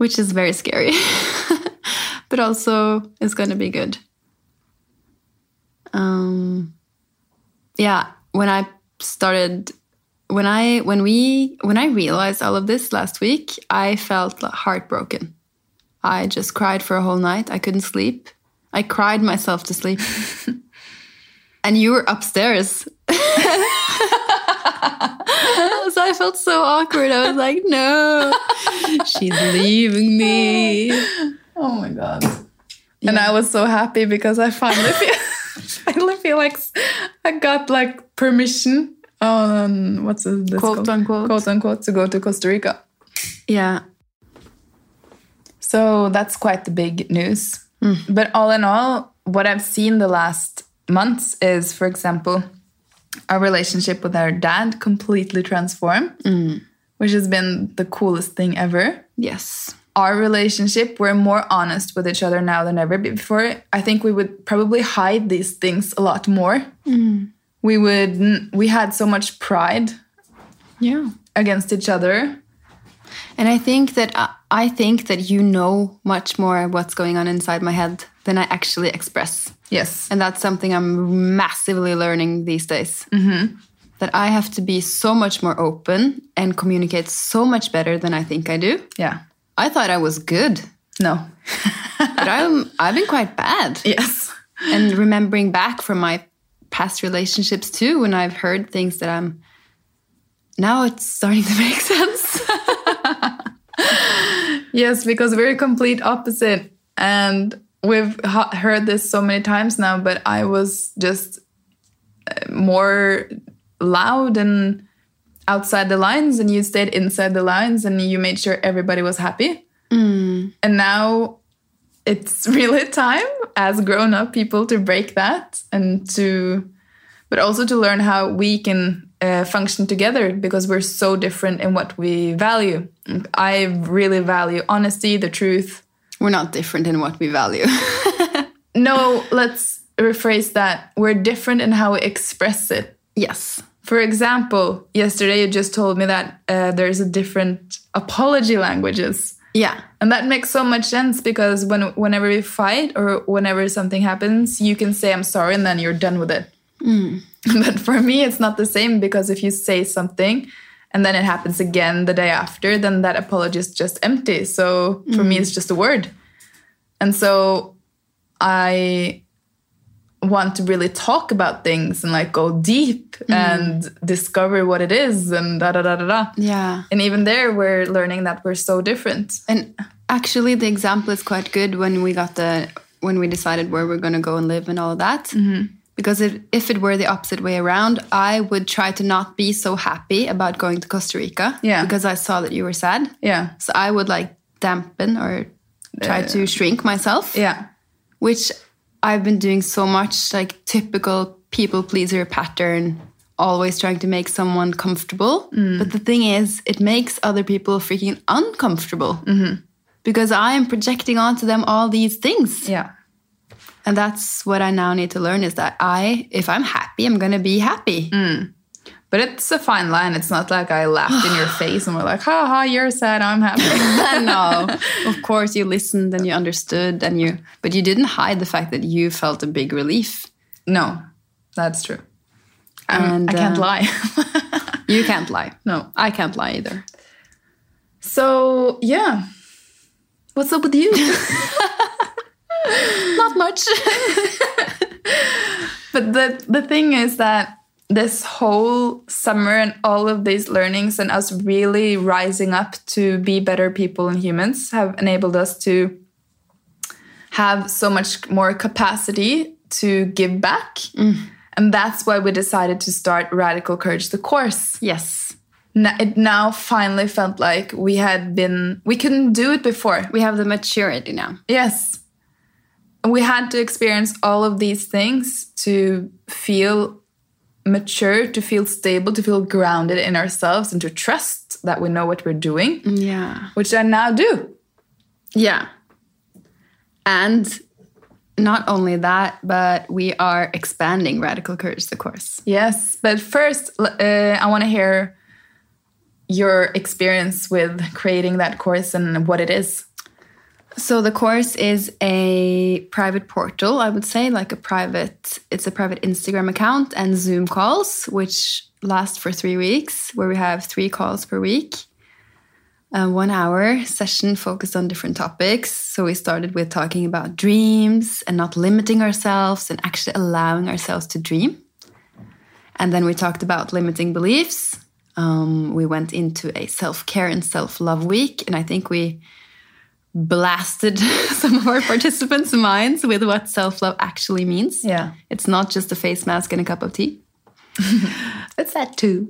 C: which is very scary, but also it's going to be good. yeah when i started when i when we when i realized all of this last week i felt heartbroken i just cried for a whole night i couldn't sleep i cried myself to sleep and you were upstairs so i felt so awkward i was like no she's leaving me
D: Oh my god. And I was so happy because I finally feel finally feel like s- I got like permission on what's this
C: Quote
D: called?
C: unquote.
D: quote unquote to go to Costa Rica.
C: yeah
D: So that's quite the big news.
C: Hmm.
D: But all in all, what I've seen the last months is, for example, our relationship with our dad completely transformed,
C: Hmm.
D: which has been the coolest thing ever.
C: yes
D: our relationship, we're more honest with each other now than ever before. I think we would probably hide these things a lot more.
C: Hmm.
D: We would we had so much pride
C: yeah
D: against each other.
C: And I think that I- I think that you know much more what's going on inside my head than I actually express.
D: Yes.
C: And that's something I'm massively learning these days. Mm-hmm. That I have to be so much more open and communicate so much better than I think I do.
D: Yeah.
C: I thought I was good,
D: No.
C: but I'm I've been quite bad.
D: Yes.
C: And remembering back from my past relationships too, when I've heard things that I'm now it's starting to make sense.
D: Yes, because we're complete opposite and we've h- heard this so many times now, but I was just uh, more loud and outside the lines and you stayed inside the lines and you made sure everybody was happy. And now it's really time as grown up people to break that and to but also to learn how we can uh, function together because we're so different in what we value. I really value honesty, the truth.
C: We're not different in what we value.
D: No, let's rephrase that. We're different in how we express it.
C: yes.
D: For example, yesterday you just told me that uh, there's a different apology languages.
C: Yeah.
D: And that makes so much sense because when whenever we fight or whenever something happens, you can say I'm sorry and then you're done with it. But for me, it's not the same because if you say something and then it happens again the day after, then that apology is just empty. So for me, it's just a word. And so I want to really talk about things and like go deep and discover what it is and da da da da da.
C: Yeah.
D: And even there, we're learning that we're so different.
C: And actually, the example is quite good when we got the when we decided where we're going to go and live and all of that.
D: Mm-hmm.
C: Because it, if it were the opposite way around, I would try to not be so happy about going to Costa Rica.
D: Yeah.
C: Because I saw that you were sad.
D: Yeah.
C: So I would like dampen or try to shrink myself,
D: Yeah.
C: which I've been doing so much like typical people pleaser pattern, always trying to make someone comfortable.
D: Mm.
C: But the thing is, it makes other people freaking uncomfortable
D: Mm-hmm.
C: because I am projecting onto them all these things.
D: Yeah.
C: And that's what I now need to learn is that I, if I'm happy, I'm going to be happy.
D: Mm. But it's a fine line. It's not like I laughed in your face and we're like, ha ha, you're sad, I'm happy.
C: no, of course you listened and you understood and you, but you didn't hide the fact that you felt a big relief.
D: no, that's true. I'm,
C: And,
D: I can't
C: uh,
D: lie.
C: You can't lie.
D: no.
C: I can't lie either.
D: So, yeah. What's up with you?
C: Not much.
D: but the, the thing is that this whole summer and all of these learnings and us really rising up to be better people and humans have enabled us to have so much more capacity to give back. And that's why we decided to start Radical Courage, the course.
C: yes.
D: N- It now finally felt like we had been, we couldn't do it before.
C: We have the maturity now.
D: Yes. We had to experience all of these things to feel mature, to feel stable, to feel grounded in ourselves, and to trust that we know what we're doing,
C: Mm. Yeah.
D: which I now do.
C: Yeah. And not only that, but we are expanding Radical Courage, the course.
D: Yes. But first, l- uh, I want to hear your experience with creating that course and what it is.
C: So the course is a private portal, I would say, like a private. It's a private Instagram account and Zoom calls, which last for three weeks, where we have three calls per week. A one hour session focused on different topics. So we started with talking about dreams and not limiting ourselves and actually allowing ourselves to dream. And then we talked about limiting beliefs. Um, we went into a self care and self love week. And I think we blasted some of our participants' minds with what self love actually means.
D: Yeah.
C: It's not just a face mask and a cup of tea.
D: It's that too.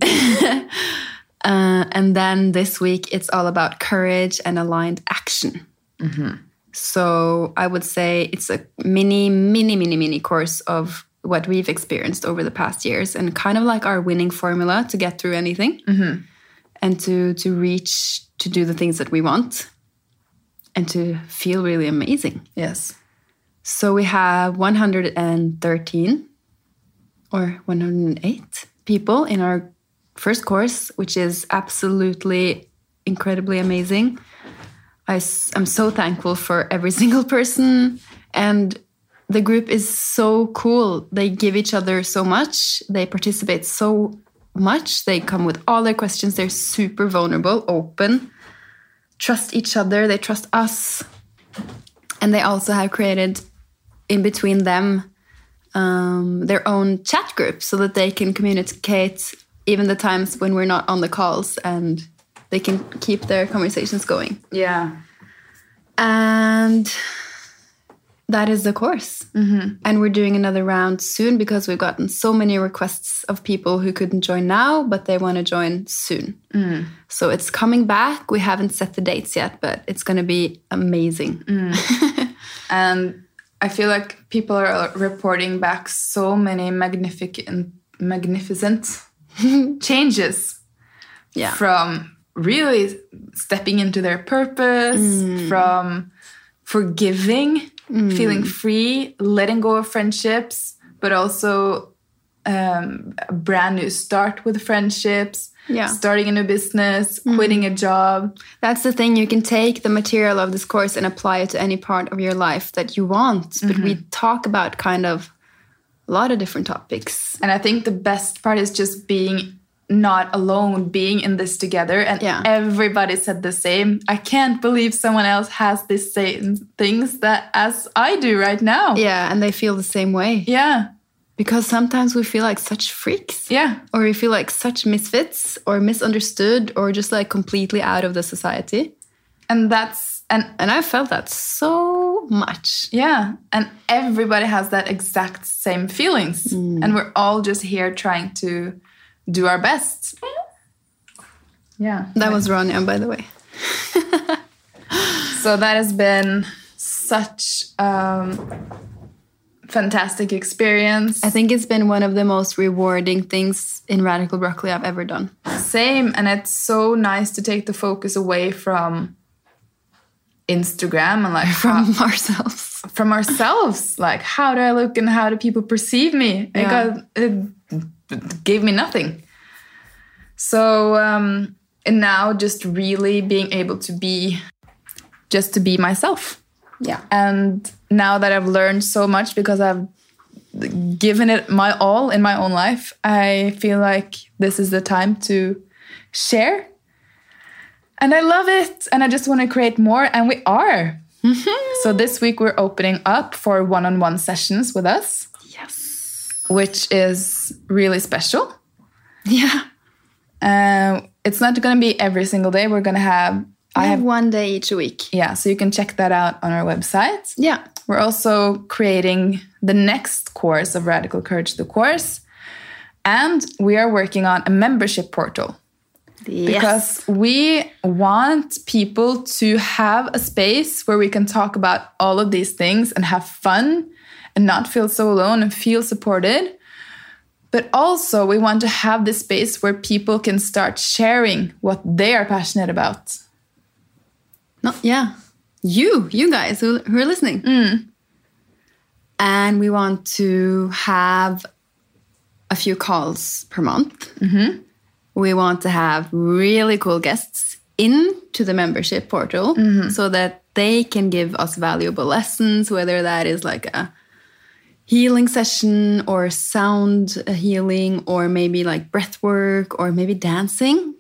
C: Uh, and then this week, it's all about courage and aligned action. So I would say it's a mini, mini, mini, mini course of what we've experienced over the past years and kind of like our winning formula to get through anything and to, to reach, to do the things that we want and to feel really amazing.
D: Yes.
C: So we have 113 or 108 people in our first course, which is absolutely incredibly amazing. I am so thankful for every single person. And the group is so cool. They give each other so much, they participate so much, they come with all their questions. They're super vulnerable, open, trust each other, they trust us. And they also have created in between them um, their own chat group so that they can communicate even the times when we're not on the calls and they can keep their conversations going.
D: Yeah.
C: And that is the course. And we're doing another round soon because we've gotten so many requests of people who couldn't join now, but they want to join soon. So it's coming back. We haven't set the dates yet, but it's going to be amazing.
D: and I feel like people are reporting back so many magnificent, magnificent changes
C: Yeah.
D: from really stepping into their purpose,
C: Mm.
D: from forgiving, feeling free, letting go of friendships, but also um, a brand new start with friendships,
C: Yeah. Mm.
D: starting a new business, quitting a job.
C: That's the thing. You can take the material of this course and apply it to any part of your life that you want. But we talk about kind of a lot of different topics.
D: And I think the best part is just being not alone, being in this together. And
C: Yeah.
D: everybody said the same. I can't believe someone else has the same things that as I do right now.
C: Yeah, and they feel the same way.
D: Yeah.
C: Because sometimes we feel like such freaks.
D: Yeah.
C: Or we feel like such misfits or misunderstood or just like completely out of the society.
D: And that's and
C: And I felt that so much.
D: yeah, and everybody has that exact same feelings. And we're all just here trying to do our best. Yeah.
C: That was Ronja, by the way.
D: So that has been such um, fantastic experience.
C: I think it's been one of the most rewarding things in Radical Broccoli I've ever done.
D: Same, and it's so nice to take the focus away from Instagram and like from
C: From ourselves.
D: from ourselves. Like, how do I look and how do people perceive me? It
C: Yeah.
D: got it gave me nothing. So um, and now just really being able to be just to be myself.
C: Yeah.
D: And now that I've learned so much because I've given it my all in my own life, I feel like this is the time to share. And I love it. And I just want to create more. And we are. so this week we're opening up for one on one sessions with us. Yes. Which is really special.
C: Yeah.
D: Um, it's not going to be every single day. We're going to have,
C: I
D: I
C: have
D: have,
C: one day each week.
D: yeah, so you can check that out on our website.
C: Yeah.
D: We're also creating the next course of Radical Courage, the course. And we are working on a membership portal
C: Yes.
D: because we want people to have a space where we can talk about all of these things and have fun and not feel so alone and feel supported. But also, we want to have this space where people can start sharing what they are passionate about.
C: No, yeah. You, you guys who, who are listening. And we want to have a few calls per month. We want to have really cool guests into the membership portal so that they can give us valuable lessons, whether that is like a healing session or sound uh, healing or maybe like breath work or maybe dancing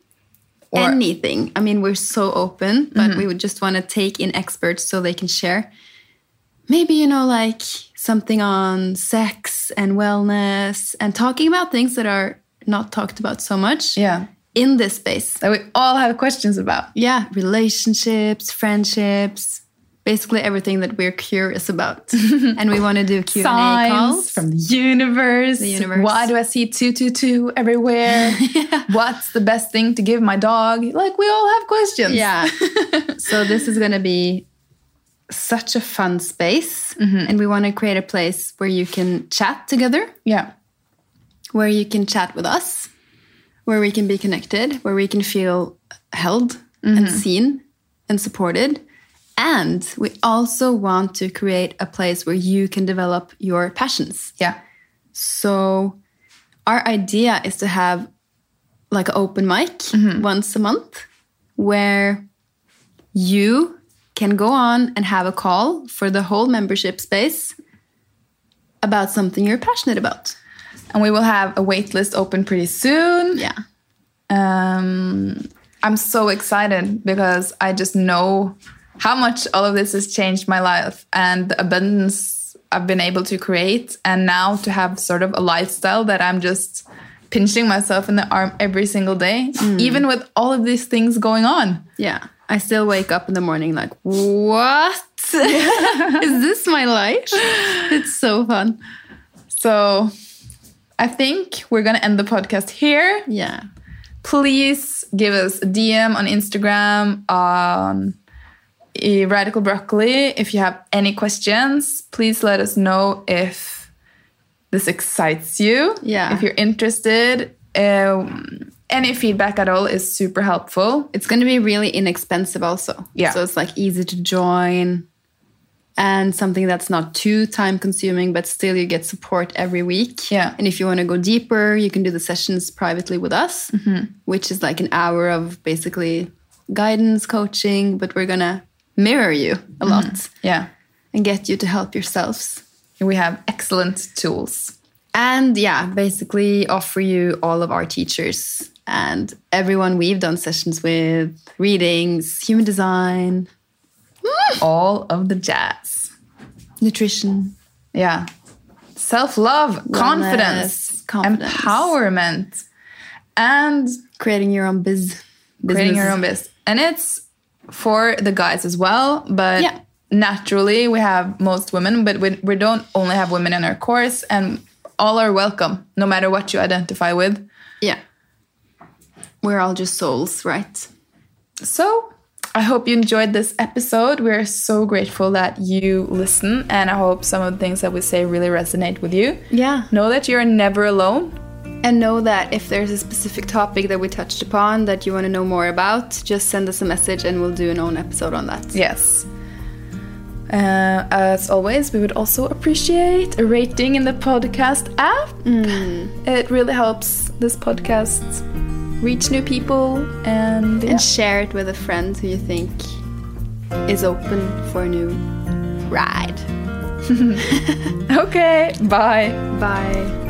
C: anything. I mean, we're so open, but we would just want to take in experts so they can share. Maybe, you know, like something on sex and wellness and talking about things that are not talked about so much
D: Yeah.
C: in this space.
D: That we all have questions about.
C: Yeah, relationships, friendships, basically everything that we're curious about. and we want to do Q&A calls.
D: signs from the universe.
C: universe.
D: Why do I see 222 everywhere? What's the best thing to give my dog? Like, we all have questions.
C: Yeah. so this is going to be such a fun space. And we want to create a place where you can chat together,
D: Yeah.
C: where you can chat with us, where we can be connected, where we can feel held and seen and supported. And we also want to create a place where you can develop your passions.
D: Yeah.
C: So our idea is to have like an open mic once a month where you can go on and have a call for the whole membership space about something you're passionate about.
D: And we will have a wait list open pretty soon.
C: Yeah.
D: Um, I'm so excited because I just know how much all of this has changed my life and the abundance I've been able to create. And now to have sort of a lifestyle that I'm just pinching myself in the arm every single day, even with all of these things going on.
C: Yeah. I still wake up in the morning like, what? Is this my life? It's so fun.
D: So I think we're going to end the podcast here.
C: Yeah.
D: please give us a DM on Instagram on eh, Radical Broccoli if you have any questions. Please let us know if this excites you.
C: Yeah.
D: If you're interested. Um, any feedback at all is super helpful.
C: It's going to be really inexpensive also.
D: Yeah.
C: So it's like easy to join and something that's not too time consuming, but still you get support every week.
D: Yeah.
C: And if you want to go deeper, you can do the sessions privately with us,
D: Mm-hmm.
C: which is like an hour of basically guidance, coaching, but we're going to mirror you a lot
D: Yeah.
C: and get you to help yourselves.
D: We have excellent tools.
C: And yeah, basically offer you all of our teachers and everyone we've done sessions with, readings, human design,
D: All of the jazz.
C: nutrition.
D: Yeah. Self love, confidence,
C: confidence.
D: empowerment, and
C: creating your own biz.
D: creating your
C: business.
D: own business. And it's for the guys as well, but
C: Yeah.
D: naturally we have most women, but we, we don't only have women in our course, and all are welcome, no matter what you identify with.
C: Yeah. We're all just souls, right?
D: So I hope you enjoyed this episode. We are so grateful that you listen, and I hope some of the things that we say really resonate with you.
C: Yeah.
D: Know that you're never alone.
C: And know that if there's a specific topic that we touched upon that you want to know more about, just send us a message and we'll do an own episode on that.
D: Yes. Uh, as always, we would also appreciate a rating in the podcast app. It really helps this podcast reach new people and,
C: And share it with a friend who you think is open for a new ride.
D: okay, bye.
C: Bye.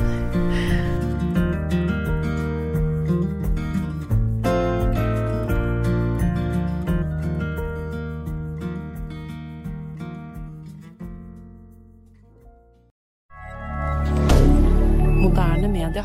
E: Moderne media.